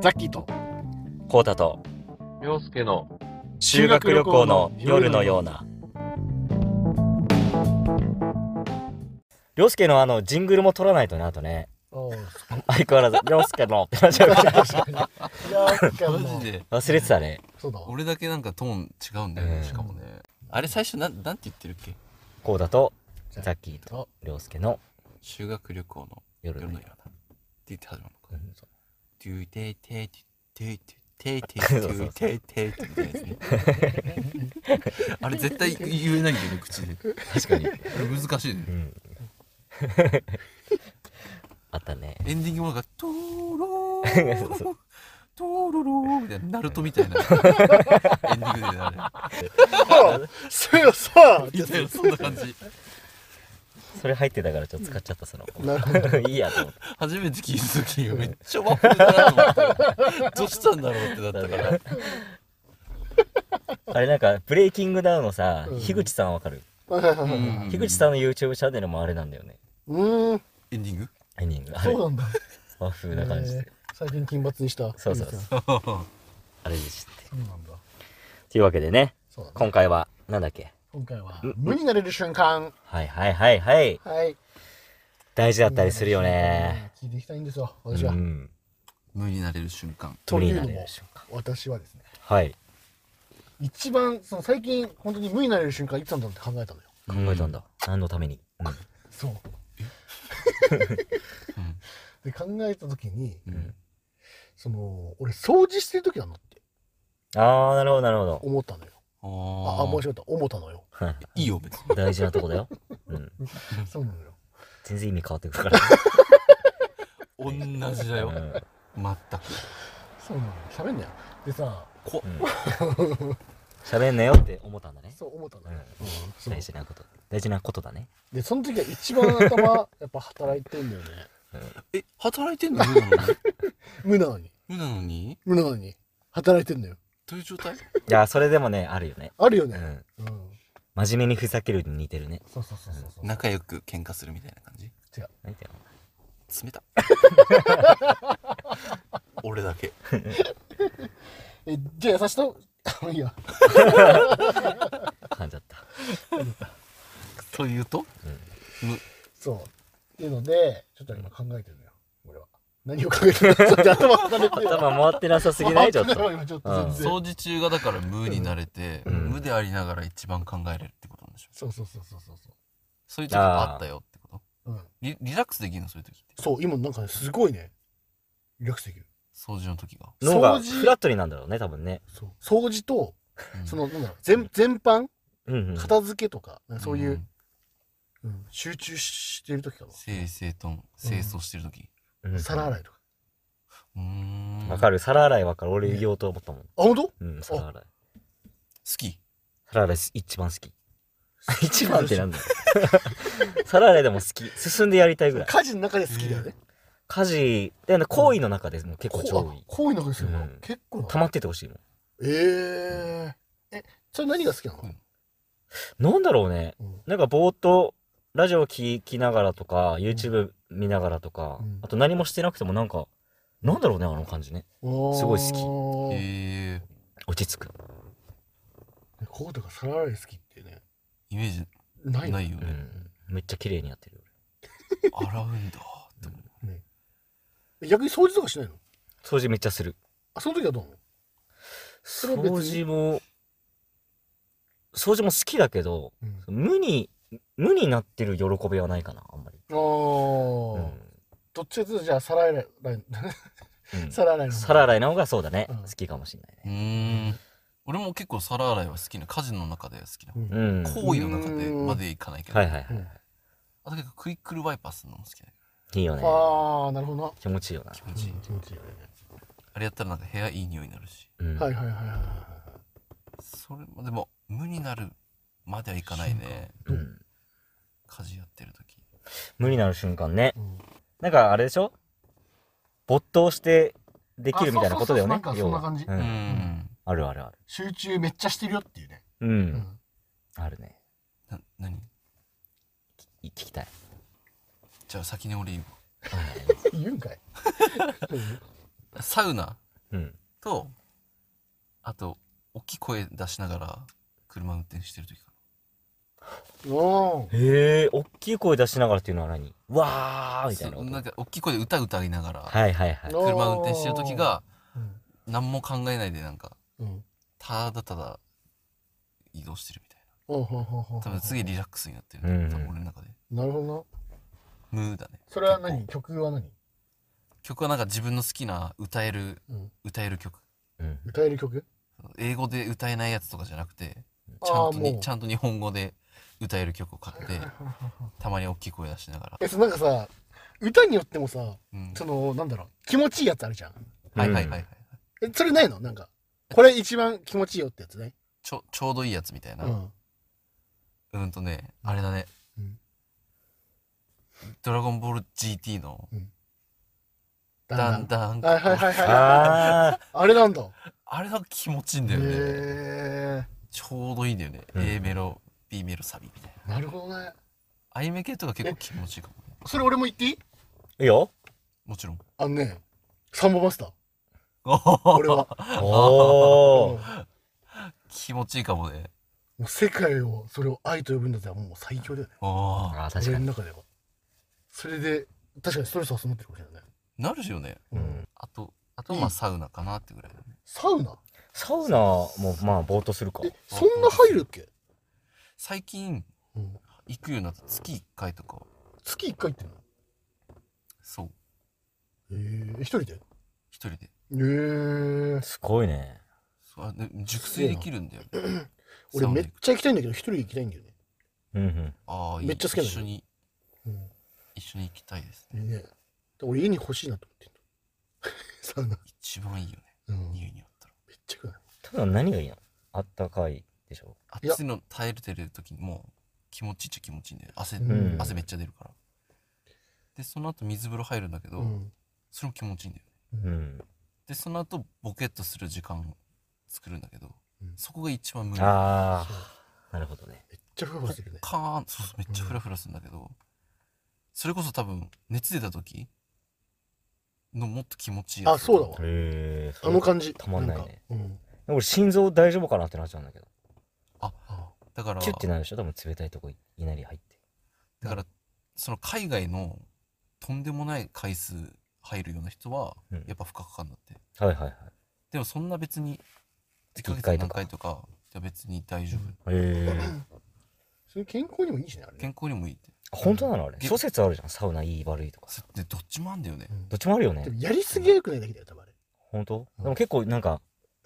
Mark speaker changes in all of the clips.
Speaker 1: ザッキーと
Speaker 2: コウタと
Speaker 3: 洋介の
Speaker 2: 修学旅行の夜のような。涼介のあのジングルも取らないとね、あとね。相変わらず、涼介のってなっちゃうから
Speaker 1: マ
Speaker 4: マジで
Speaker 2: 忘れてたね。
Speaker 1: そうだ
Speaker 4: 俺だけなんかトーン違うんだよね、
Speaker 2: うん
Speaker 4: しかもねあれ最初なんなんて言ってるっけ
Speaker 2: コウタとザッキーと涼介の
Speaker 4: 修学旅行の
Speaker 2: 夜
Speaker 4: 夜
Speaker 2: の
Speaker 4: の
Speaker 2: よ
Speaker 4: よ
Speaker 2: う
Speaker 4: うなって言って始まるのか
Speaker 2: な。
Speaker 4: ドゥテイテイテイテイテイ
Speaker 2: そう
Speaker 4: ド
Speaker 2: そうそう
Speaker 4: ゥテイテイってみたいですねあれ絶対言えないんだよね口でこ
Speaker 2: 確かに。
Speaker 4: れ難しいね
Speaker 2: うん。あったね。
Speaker 4: エンディングもなんかトーロートーロローみたいなナルトみたいなエンディングでねあ
Speaker 1: そうよさ
Speaker 4: れみたいなそんな感じ
Speaker 2: それ入ってたからちょっと使っちゃった、その。
Speaker 1: なる
Speaker 2: いいやと思って。
Speaker 4: 初めて聞いた時めっちゃワッフルだなと思ってどうしたんだろうってなったから
Speaker 2: あれなんか、ブレイキングダウンのさ
Speaker 1: う、ん
Speaker 2: 樋口さんわかる
Speaker 1: はいはいはいはい
Speaker 4: うん
Speaker 2: 樋口さんの YouTube チャンネルもあれなんだよね。
Speaker 1: うーん
Speaker 4: エンディング
Speaker 2: エンディング。あ
Speaker 1: そう
Speaker 2: れ、
Speaker 1: なんだ
Speaker 2: 和風な感じで
Speaker 1: え。ー最近金髪にした
Speaker 2: そうそうそ
Speaker 1: いい
Speaker 2: う
Speaker 1: ですね
Speaker 2: あれでしたって。
Speaker 1: そうなんだ
Speaker 2: というわけでね、
Speaker 1: そうだね
Speaker 2: 今回は、なんだっけ
Speaker 1: 今回は
Speaker 2: うん
Speaker 1: 無になれる瞬間
Speaker 2: はいはいはいはい。
Speaker 1: はい
Speaker 2: 大事だったりするよね。
Speaker 1: 聞いていきたいんですよ
Speaker 2: う
Speaker 1: 私は
Speaker 2: ん。
Speaker 4: 無になれる瞬間
Speaker 1: というの
Speaker 2: 無になれ
Speaker 1: も
Speaker 2: る瞬間
Speaker 1: 私はですね
Speaker 2: はい。
Speaker 1: 一番その最近本当に無になれる瞬間いつなんだろうって考えたのよ
Speaker 2: 考えたんだ。何のために。うん
Speaker 1: そう で考えた時に
Speaker 4: うん
Speaker 1: その俺掃除してる時なのって
Speaker 2: あー、なるほどなるほど。
Speaker 1: 思ったのよ
Speaker 4: あ
Speaker 1: ああ
Speaker 4: ー
Speaker 1: 申し訳ない思ったのよ
Speaker 2: はい
Speaker 4: いいよ別に
Speaker 2: 大事なとこだよ。うん。
Speaker 1: そうなのよ
Speaker 2: 全然意味変わってくるから。
Speaker 4: 同じだ
Speaker 2: う
Speaker 4: よ
Speaker 2: ん
Speaker 4: 全く
Speaker 1: そうなのよ喋んなよでさ
Speaker 4: こ
Speaker 2: うん喋んなよって思ったんだね。
Speaker 1: そう思ったの
Speaker 2: うん
Speaker 1: よ、うんそう
Speaker 2: 大事なこと。大事なことだね。
Speaker 1: でその時が一番頭やっぱ働いてんだよね
Speaker 4: え働いてんの無なのに
Speaker 1: 無なのに
Speaker 4: 無
Speaker 1: 無な
Speaker 4: なのに
Speaker 1: のに働いてんだよ
Speaker 4: どういう状態
Speaker 2: いや、それでもね、あるよね。
Speaker 1: あるよ
Speaker 2: う
Speaker 1: ねう
Speaker 2: ん。
Speaker 1: ん、
Speaker 2: 真面目にふざけるに似てるね。
Speaker 1: そうそうそうそうそう
Speaker 4: 仲良く喧嘩するみたいな感じ
Speaker 2: なんていうの
Speaker 4: 冷た俺だけ
Speaker 1: えじゃあ優しと いいや
Speaker 2: 噛んじゃった。
Speaker 4: というと
Speaker 1: そうっていうのでちょっと今考えてるのよ俺は何を考えてるのちょっと頭働いてる
Speaker 2: 頭回ってなさすぎないちょっ
Speaker 1: 頭
Speaker 2: と。
Speaker 1: 今ちょっと全然
Speaker 4: 掃除中がだから無になれて、
Speaker 2: うん
Speaker 4: 無でありながら一番考えれるってことなんでしょ
Speaker 1: そうそうそうそうそう
Speaker 4: そういう時あったよってこと
Speaker 1: そう、うん、
Speaker 4: リリラックスできるのそういう時って
Speaker 1: そう今なんかねすごいねリラックスできる
Speaker 4: 掃除の時が、
Speaker 2: 脳が
Speaker 1: 掃除
Speaker 2: フラットになんだろうね、多分ね。
Speaker 1: そう掃除と
Speaker 4: うん
Speaker 1: そのなんだろう全全般
Speaker 2: うんうん。
Speaker 1: 片付けとかなんかそういう、
Speaker 4: ん
Speaker 1: うん集中してる時かな
Speaker 4: 整理整頓清掃してる時
Speaker 2: うん
Speaker 1: 皿洗いとか
Speaker 4: うーん
Speaker 2: わか
Speaker 4: る
Speaker 2: る。皿洗いわかる。俺言おうと思ったもん。
Speaker 1: あ本当
Speaker 2: うん、皿洗い。
Speaker 4: 好き
Speaker 2: 皿洗い一番好き。 一番ってなんだよ。 皿洗いでも好き。進んでやりたいぐら い。
Speaker 1: 家事の中で好きだよね、
Speaker 2: 家事、でね行為の中でもう結
Speaker 1: こ
Speaker 2: 構
Speaker 1: う
Speaker 2: 上
Speaker 1: あ
Speaker 2: 位。
Speaker 1: こういうのがですよ、
Speaker 2: うん
Speaker 1: 結構な
Speaker 2: 溜まっててほしいもん。
Speaker 1: えええそれ何が好きなの、
Speaker 4: うん
Speaker 2: なんだろうね。
Speaker 1: うん
Speaker 2: なんかぼーっと、ラジオ聞きながらとか、YouTube 見ながらとか
Speaker 1: うん、
Speaker 2: あと何もしてなくてもなんか、なんだろうね、あの感じね。すごい
Speaker 1: 好
Speaker 4: へ
Speaker 1: え
Speaker 4: え
Speaker 2: 落ち着く。
Speaker 1: コートが皿洗い好きってね
Speaker 4: イメージ
Speaker 1: ない
Speaker 4: ないよ
Speaker 2: う
Speaker 4: ね、
Speaker 2: ん。めっちゃ綺麗にやってる。
Speaker 4: 洗うんだって思う
Speaker 1: 逆に掃除とかしないの
Speaker 2: 掃除めっちゃする。
Speaker 1: あその時はどうなのれは別に
Speaker 2: 掃除も、掃除も好きだけど、
Speaker 1: うん
Speaker 2: 無に、無になってる喜びはないかな、あんまり。
Speaker 1: あ
Speaker 2: う
Speaker 1: あ、
Speaker 2: ん
Speaker 1: どっちかというとじゃあ皿洗い
Speaker 2: うん
Speaker 1: 皿洗いの方
Speaker 2: 皿洗いの方がそうだね。
Speaker 1: うん
Speaker 2: 好きかもしれないうね。
Speaker 4: ーん俺も結構皿洗いは好きな家事の中では好きな
Speaker 1: うん
Speaker 2: うん。
Speaker 4: 行為の中でまでいかないけど、
Speaker 2: はいはいはい。
Speaker 4: あと結構クイックルワイパーするのも好きだけ
Speaker 2: いいよね。
Speaker 1: ああなるほどな
Speaker 2: 気持ちいいよな。
Speaker 4: ど気持ちいい、
Speaker 1: 気持ちいいよね
Speaker 4: あれやったらなんか部屋いい匂いになるし
Speaker 2: うん
Speaker 1: はいはいはいはいはい
Speaker 4: それもでも無になるまではいかないね
Speaker 2: うん
Speaker 4: 家事やってる時
Speaker 2: 無になる瞬間ね。
Speaker 1: うん
Speaker 2: なんかあれでしょ没頭してできるみたいなことだよね
Speaker 1: あ。そうそうそう
Speaker 2: 要は
Speaker 1: なんかそんな
Speaker 2: う
Speaker 4: うん
Speaker 2: んあるあるある。
Speaker 1: 集中めっちゃしてるよっていうね、
Speaker 2: う。
Speaker 1: うんん
Speaker 2: あるね。
Speaker 4: な何
Speaker 2: い聞き たい。
Speaker 4: じゃあ先に俺言うわ
Speaker 1: 言うんかい
Speaker 4: サウナ
Speaker 2: うん。
Speaker 4: とあと大きい声出しながら車運転してる時か
Speaker 1: うん。
Speaker 2: へえ、大きい声出しながらっていうのは何わー
Speaker 4: な
Speaker 2: みたいな
Speaker 4: そう
Speaker 2: 音。
Speaker 4: なんか大きい声で歌歌いながら
Speaker 2: はいはいはい。
Speaker 4: 車運転してる時が
Speaker 1: うん。
Speaker 4: 何も考えないでなんか
Speaker 1: うん。
Speaker 4: ただただ移動してるみたい
Speaker 1: ほうほうほうほう
Speaker 4: な多分すげえリラックスになってる、
Speaker 2: うんうん
Speaker 4: 多分俺の中で
Speaker 1: なるほどな。
Speaker 4: ムーだね
Speaker 1: それは何
Speaker 4: 結構
Speaker 1: 曲は何
Speaker 4: 曲はなんか自分の好きな歌える
Speaker 1: うん。
Speaker 4: 歌える曲
Speaker 2: うん。
Speaker 1: 歌える曲
Speaker 4: 英語で歌えないやつとかじゃなくてちゃ
Speaker 1: あ
Speaker 4: ん
Speaker 1: あ、
Speaker 4: と
Speaker 1: も
Speaker 4: に
Speaker 1: う
Speaker 4: ち。ゃんと日本語で歌える曲を買 ってたまに大きい声出しながら、
Speaker 1: え、そうなんかさ、歌によってもさ、
Speaker 4: うん
Speaker 1: その、なんだろう、気持ちいいやつあるじゃん。
Speaker 4: はいはいはいはい
Speaker 1: え、それないのなんか。これ一番気持ちいいよってやつね。
Speaker 4: ちょちょうどいいやつみたいうな、うん、
Speaker 1: ん。
Speaker 4: とねあれだね、
Speaker 1: うん
Speaker 4: ドラゴンボール GT の
Speaker 1: だ
Speaker 4: だ
Speaker 1: ん
Speaker 4: ん
Speaker 1: だ
Speaker 4: だん
Speaker 1: ん。はいはいはいはい。
Speaker 2: あ
Speaker 1: あれなんだ。
Speaker 4: あれが気持ちいいんだよね、
Speaker 1: へ
Speaker 4: ちょうどいいんだよね、
Speaker 2: うん
Speaker 4: A メロ B メロサビみたい
Speaker 1: え。
Speaker 4: な
Speaker 1: なるほどね。
Speaker 4: アイメ系とか結構気持ちいいかもね
Speaker 1: それ俺も言っていい
Speaker 2: ー。いいよ。
Speaker 4: もちろん
Speaker 1: あのね、サンボマスター。俺
Speaker 4: 俺
Speaker 1: は。
Speaker 2: お
Speaker 1: うん
Speaker 2: ー。
Speaker 4: 気持ちいいかもね
Speaker 1: もう世界をそれを愛と呼ぶんだったらもう最強だよね
Speaker 4: ああ
Speaker 2: あー、確
Speaker 1: 俺
Speaker 2: か
Speaker 1: の
Speaker 2: に。
Speaker 1: 中ではそれで確かにストレス発散になってるかもしれないね、
Speaker 4: なるしよね
Speaker 1: うん、
Speaker 4: あとあとまあサウナかなってぐらいだね
Speaker 1: サウナ
Speaker 2: サウナも、まあ、ぼーっとするか。
Speaker 1: えそんな入るっけ、
Speaker 4: 最近
Speaker 1: うん、
Speaker 4: 行くようになった月1回とか
Speaker 1: 月1回行ってんの
Speaker 4: そう
Speaker 1: ええ一人でへ
Speaker 4: 一人で
Speaker 1: え
Speaker 2: すごいね。
Speaker 4: そうあで熟睡できるんだよね
Speaker 1: 俺めっ
Speaker 4: ゃ
Speaker 1: ちゃ行きたいんだけど一人で行きたいんだよね、
Speaker 2: うん
Speaker 4: ああいい
Speaker 1: めっちゃ好きなんだよ
Speaker 4: 一緒に
Speaker 1: うん
Speaker 4: 一緒に行きたいですね
Speaker 1: いいね俺家に欲しいなと思ってんの サウナ、
Speaker 4: 一番いいよね
Speaker 1: うん、めっ
Speaker 4: 匂いにあったら
Speaker 1: ちゃくない
Speaker 2: うん。ただ何がいいのあったかいでしょ。
Speaker 1: いや
Speaker 4: 暑いの耐えてる時にもう気持ちいいっちゃ気持ちいいんだよ汗、
Speaker 1: うん
Speaker 4: 汗めっちゃ出るからでその後水風呂入るんだけど、
Speaker 1: うん
Speaker 4: それも気持ちいいんだよね
Speaker 2: うん。
Speaker 4: でその後ボケっとする時間作るんだけど、
Speaker 1: うん
Speaker 4: そこが一番無理
Speaker 2: あ
Speaker 1: そう
Speaker 2: ー、なるほどね。
Speaker 1: めっちゃふわふわしてるね
Speaker 4: カーンそうそうめっちゃフラフラするんだけど、それこそ多分熱出た時のもっと気持ちいいやつ
Speaker 1: あそうだわ
Speaker 2: へえ。
Speaker 1: あの感じ
Speaker 2: たまんないね
Speaker 1: かうん
Speaker 2: 俺、心臓大丈夫かなってなっちゃうんだけど。
Speaker 4: だから
Speaker 2: キュッてなるでしょ多分冷たいとこいきなり入って。
Speaker 4: だからその海外のとんでもない回数入るような人は
Speaker 2: うん
Speaker 4: やっぱ負荷かかんだって、
Speaker 2: はいはいはい。
Speaker 4: でもそんな別に
Speaker 2: 月
Speaker 4: 1ヶ
Speaker 2: 1
Speaker 4: 月
Speaker 2: 回と
Speaker 4: に何
Speaker 2: か。へ
Speaker 4: 回とかじゃ別に大丈夫、
Speaker 2: え。
Speaker 1: それ健康にもいいしねあれね
Speaker 4: 健康にもいいって
Speaker 2: 本当なのあれ諸説あるじゃん。サウナいい悪いとか。
Speaker 4: そでどっちもあんだよね、
Speaker 1: うん
Speaker 2: どっちもあるよ
Speaker 1: で
Speaker 2: ね
Speaker 1: も。やりすぎはよくないだけだよ多分あれ
Speaker 2: 本当
Speaker 1: うん
Speaker 2: でも結構なんか、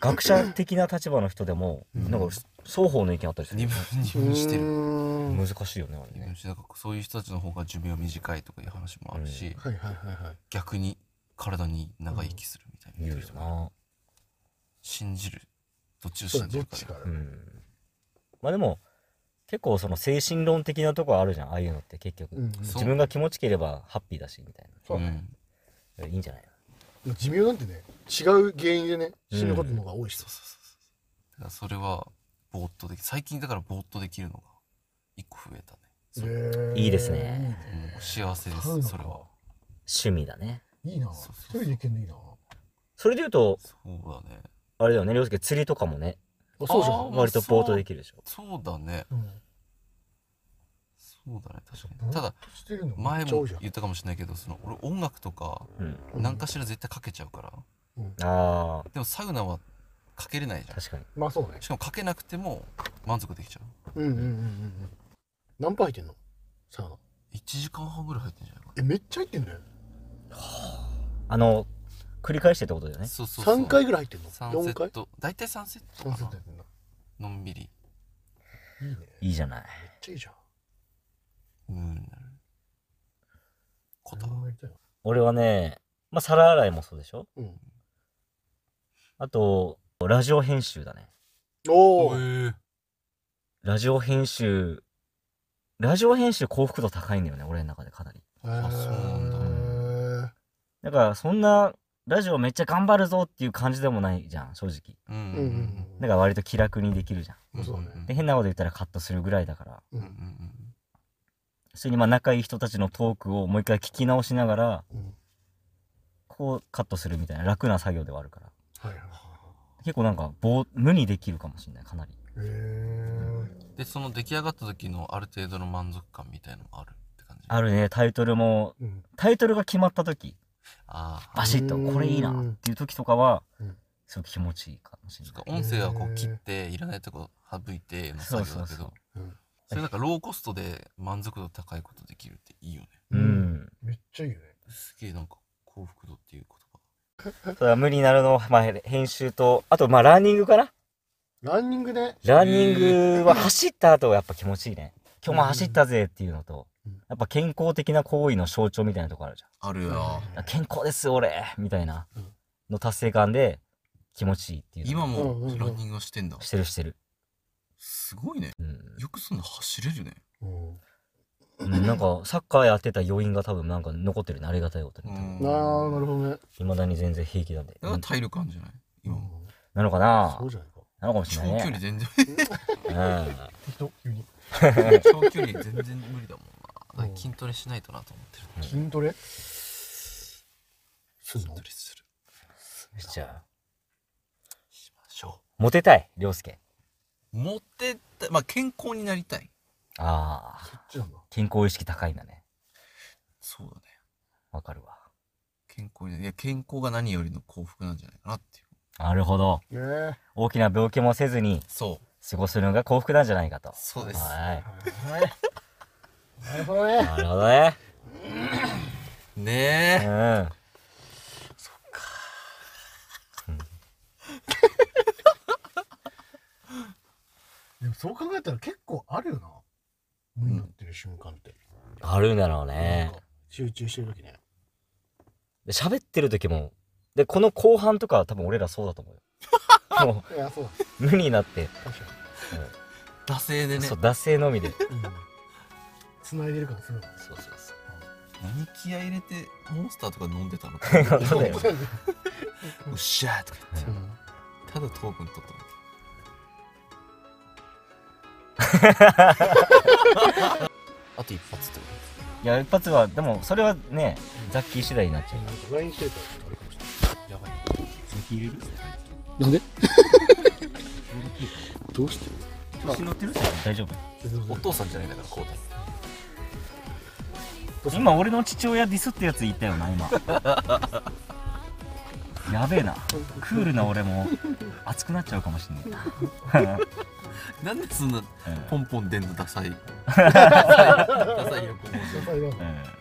Speaker 2: 学者的な立場の人でも、
Speaker 1: うん
Speaker 2: なんか双方の意見あったりす
Speaker 4: 二
Speaker 2: る。
Speaker 4: 分二分してる
Speaker 1: うん
Speaker 2: 難しいよね、あれ
Speaker 4: 二分
Speaker 2: ね。
Speaker 4: してなんかそういう人たちの方が寿命短いとかいう話もあるし、
Speaker 1: はいはいはいはい
Speaker 4: 逆に体に長生きするみたいな、
Speaker 2: 言うよな。
Speaker 4: 信じるどっちを
Speaker 1: そうだ
Speaker 4: 信じ
Speaker 1: どっ
Speaker 4: るか
Speaker 1: ちか
Speaker 4: で
Speaker 1: だ
Speaker 2: う
Speaker 1: ね
Speaker 2: ん。まあでも、結構その精神論的なとこあるじゃん、ああいうのって結
Speaker 1: うんう
Speaker 2: 局
Speaker 1: ん。
Speaker 4: そう
Speaker 2: 自分が気持ちければハッピーだし、みたい
Speaker 1: そう
Speaker 4: う
Speaker 1: ね
Speaker 4: ん、
Speaker 2: な。いいんじゃない
Speaker 1: でも寿命なんてね違う原因でね死ぬことの方が多いし
Speaker 4: そうそうそうそうだからそれはぼーっとでき最近だからぼーっとできるのが一個増えたねそう
Speaker 1: へー
Speaker 2: いいですね
Speaker 4: うん幸せで
Speaker 1: そうなの
Speaker 4: すそれは
Speaker 2: 趣味だね。
Speaker 1: いいな
Speaker 4: そうそう
Speaker 1: 一人で行けんのいいな
Speaker 2: それで言うと、
Speaker 4: そうだね
Speaker 2: あれだよね、りょうすけ釣りとかもね、
Speaker 1: あそうじ
Speaker 4: あー
Speaker 2: 割とポートできるでしょ。
Speaker 4: そうだね
Speaker 1: ゃん
Speaker 4: そうだね確か
Speaker 1: うん
Speaker 4: にただ
Speaker 1: してるのめ
Speaker 4: 前
Speaker 1: っちゃ多
Speaker 4: も
Speaker 1: いじゃん
Speaker 4: 言ったかもしれないけどその俺音楽とか
Speaker 2: うん。
Speaker 1: うん
Speaker 4: 何かしら絶対かけちゃうから
Speaker 2: あ
Speaker 4: でもサウナはかけれないじ
Speaker 2: あ、
Speaker 4: ゃん
Speaker 2: 確かに。
Speaker 1: まあそうね
Speaker 4: しかもかけなくても満足できちゃう
Speaker 1: うんうんうんうんうん何杯入ってんのサウナ
Speaker 4: 1時間半ぐらい入ってんじゃないか
Speaker 1: えめっちゃ入ってんだよ
Speaker 2: あの、繰り返してってことだよ
Speaker 4: な
Speaker 2: ね。
Speaker 4: そうそうそう
Speaker 1: 3回ぐらい入ってんの
Speaker 4: 三セ
Speaker 1: 4
Speaker 4: ッ
Speaker 1: 回
Speaker 4: ト大体3セッ
Speaker 1: 3
Speaker 4: トか
Speaker 1: セッ
Speaker 4: な
Speaker 1: トやってんだ
Speaker 4: のんびり
Speaker 1: いいねめっ
Speaker 2: いいじゃない。
Speaker 1: ちゃいいじゃん
Speaker 4: ムーンになるこ
Speaker 1: 俺
Speaker 4: と
Speaker 1: もやりたいわ
Speaker 2: 俺はね、まあ、皿洗いもそうでしょ
Speaker 1: うん
Speaker 2: あと、ラジオ編集だね。
Speaker 1: おお
Speaker 4: え
Speaker 2: ラジオ編集、ラジオ編集幸福度高いんだよね、俺の中でかなり。
Speaker 4: あそう
Speaker 2: なんだから、そんな、ラジオめっちゃ頑張るぞっていう感じでもないじゃん、正直。
Speaker 4: うんう
Speaker 1: う
Speaker 4: ん
Speaker 1: んうんうん
Speaker 2: だから割と気楽にできるじゃん。
Speaker 4: うん
Speaker 1: そうだね
Speaker 2: で、変なこと言ったらカットするぐらいだから。
Speaker 4: うんうんうん
Speaker 2: 普通にまあ仲いい人たちのトークをもう一回聞き直しながら、
Speaker 1: うん
Speaker 2: こうカットするみたいな楽な作業ではあるから。
Speaker 1: はいはい
Speaker 2: 結構なんか棒無にできるかもしれないかなり
Speaker 1: へえ
Speaker 4: でその出来上がった時のある程度の満足感みたいのもあるって感じ
Speaker 2: あるねタイトルも
Speaker 1: うん
Speaker 2: タイトルが決まった時
Speaker 4: ああ
Speaker 2: バシッと
Speaker 1: うん
Speaker 2: これいいなっていう時とかは
Speaker 1: うん
Speaker 2: すごく気持ちいいかもしれ
Speaker 4: そっ
Speaker 2: な
Speaker 4: か
Speaker 2: い
Speaker 4: 音声はこう切っていらないとこ省いての作業だけ
Speaker 2: そうそうそ
Speaker 4: ど
Speaker 1: うん
Speaker 4: それなんかローコストで満足度高いことできるっていいよね
Speaker 2: う
Speaker 1: うん
Speaker 2: ん
Speaker 1: めっちゃいいよね
Speaker 4: すげえなんか幸福度っていう言葉
Speaker 2: それは無になるの、まあ、編集とあとまあランニングかな
Speaker 1: ランニングね
Speaker 2: ランニングは走った後はやっぱ気持ちいいね今日も走ったぜっていうのと
Speaker 1: うん
Speaker 2: やっぱ健康的な行為の象徴みたいなとこあるじゃん
Speaker 4: ある
Speaker 1: よ
Speaker 2: あ健康ですよ俺みたいな
Speaker 1: うん
Speaker 2: の達成感で気持ちいいっていう
Speaker 4: 今
Speaker 1: うんうんう
Speaker 4: も
Speaker 1: ん
Speaker 4: ランニングはしてんだ
Speaker 2: してるしてる、
Speaker 4: すごいね
Speaker 2: うん
Speaker 4: よくそんな走れるね
Speaker 1: うん
Speaker 2: うん、なんかサッカーやってた余韻が多分なんか残ってるねありがたいこと
Speaker 4: う
Speaker 2: に
Speaker 1: あ
Speaker 4: ん
Speaker 1: ーなるほどね
Speaker 2: いまだに全然平気なんで、
Speaker 4: だから体力あるんじゃない今も
Speaker 1: うん
Speaker 2: なのかな
Speaker 1: そうじゃないか
Speaker 2: なのかもし
Speaker 4: 長
Speaker 2: れない
Speaker 4: 距
Speaker 2: ね
Speaker 4: 離全然
Speaker 1: 適当急に
Speaker 4: 長距離全然無理だもんなだから筋トレしないとなと思ってる
Speaker 1: 筋トレすん
Speaker 4: 筋
Speaker 1: の
Speaker 4: トレする
Speaker 2: うんじゃあ
Speaker 4: しましょ
Speaker 2: モテたい涼介
Speaker 4: う持ってったまあ健康になりたい
Speaker 2: あ
Speaker 1: そ
Speaker 2: あ
Speaker 1: っちなんだ
Speaker 2: 健康意識高いんだね
Speaker 4: そうだね
Speaker 2: わかるわ
Speaker 4: 健康にいや健康が何よりの幸福なんじゃないかなっていう
Speaker 2: なるほど
Speaker 1: ねえ
Speaker 2: 大きな病気もせずに
Speaker 4: そう
Speaker 2: 過ごすのが幸福なんじゃないかと
Speaker 4: そうです
Speaker 2: は
Speaker 1: はい。なるほどね
Speaker 2: い。なるほどねう
Speaker 4: ねえ
Speaker 2: ん
Speaker 1: でもそう考えたら結構あるよな。無になってる瞬間って。
Speaker 2: あるんだろう
Speaker 1: な
Speaker 2: ね
Speaker 1: んか集中してる時ね。
Speaker 2: で喋ってる時もでこの後半とかは多分俺らそうだと 思うよも
Speaker 1: いや、そうだ。
Speaker 2: う無になって、
Speaker 1: 確か
Speaker 4: 惰性でね
Speaker 2: そう惰性のみで
Speaker 1: に。うん。繋いでるからすごい。
Speaker 2: そうそうそ
Speaker 4: 何気合い入れてモンスターとか飲んでたのか
Speaker 2: そうだよ
Speaker 1: そうだね
Speaker 4: おっしゃーとか言っ
Speaker 1: う
Speaker 4: て
Speaker 1: ん
Speaker 4: ただ糖分取っただけ あと一発ってこ
Speaker 2: ういや一発はでもそれはねザッキー次第になっちゃう
Speaker 1: なんか LINE してるからあれかもしれ
Speaker 4: とやばい
Speaker 2: ザッキー入れる
Speaker 1: ない。なんで どうして
Speaker 2: 調子乗ってる大丈夫
Speaker 4: お父さんじゃないんだからこうだ
Speaker 2: 今俺の父親ディスってやついたよな今やべえなクールな俺も熱くなっちゃうかもしんない
Speaker 4: なんでそん
Speaker 2: う
Speaker 4: な
Speaker 2: ん
Speaker 4: ポンポン出んのダサいダサいダサい横文字
Speaker 1: 野菜は
Speaker 2: うん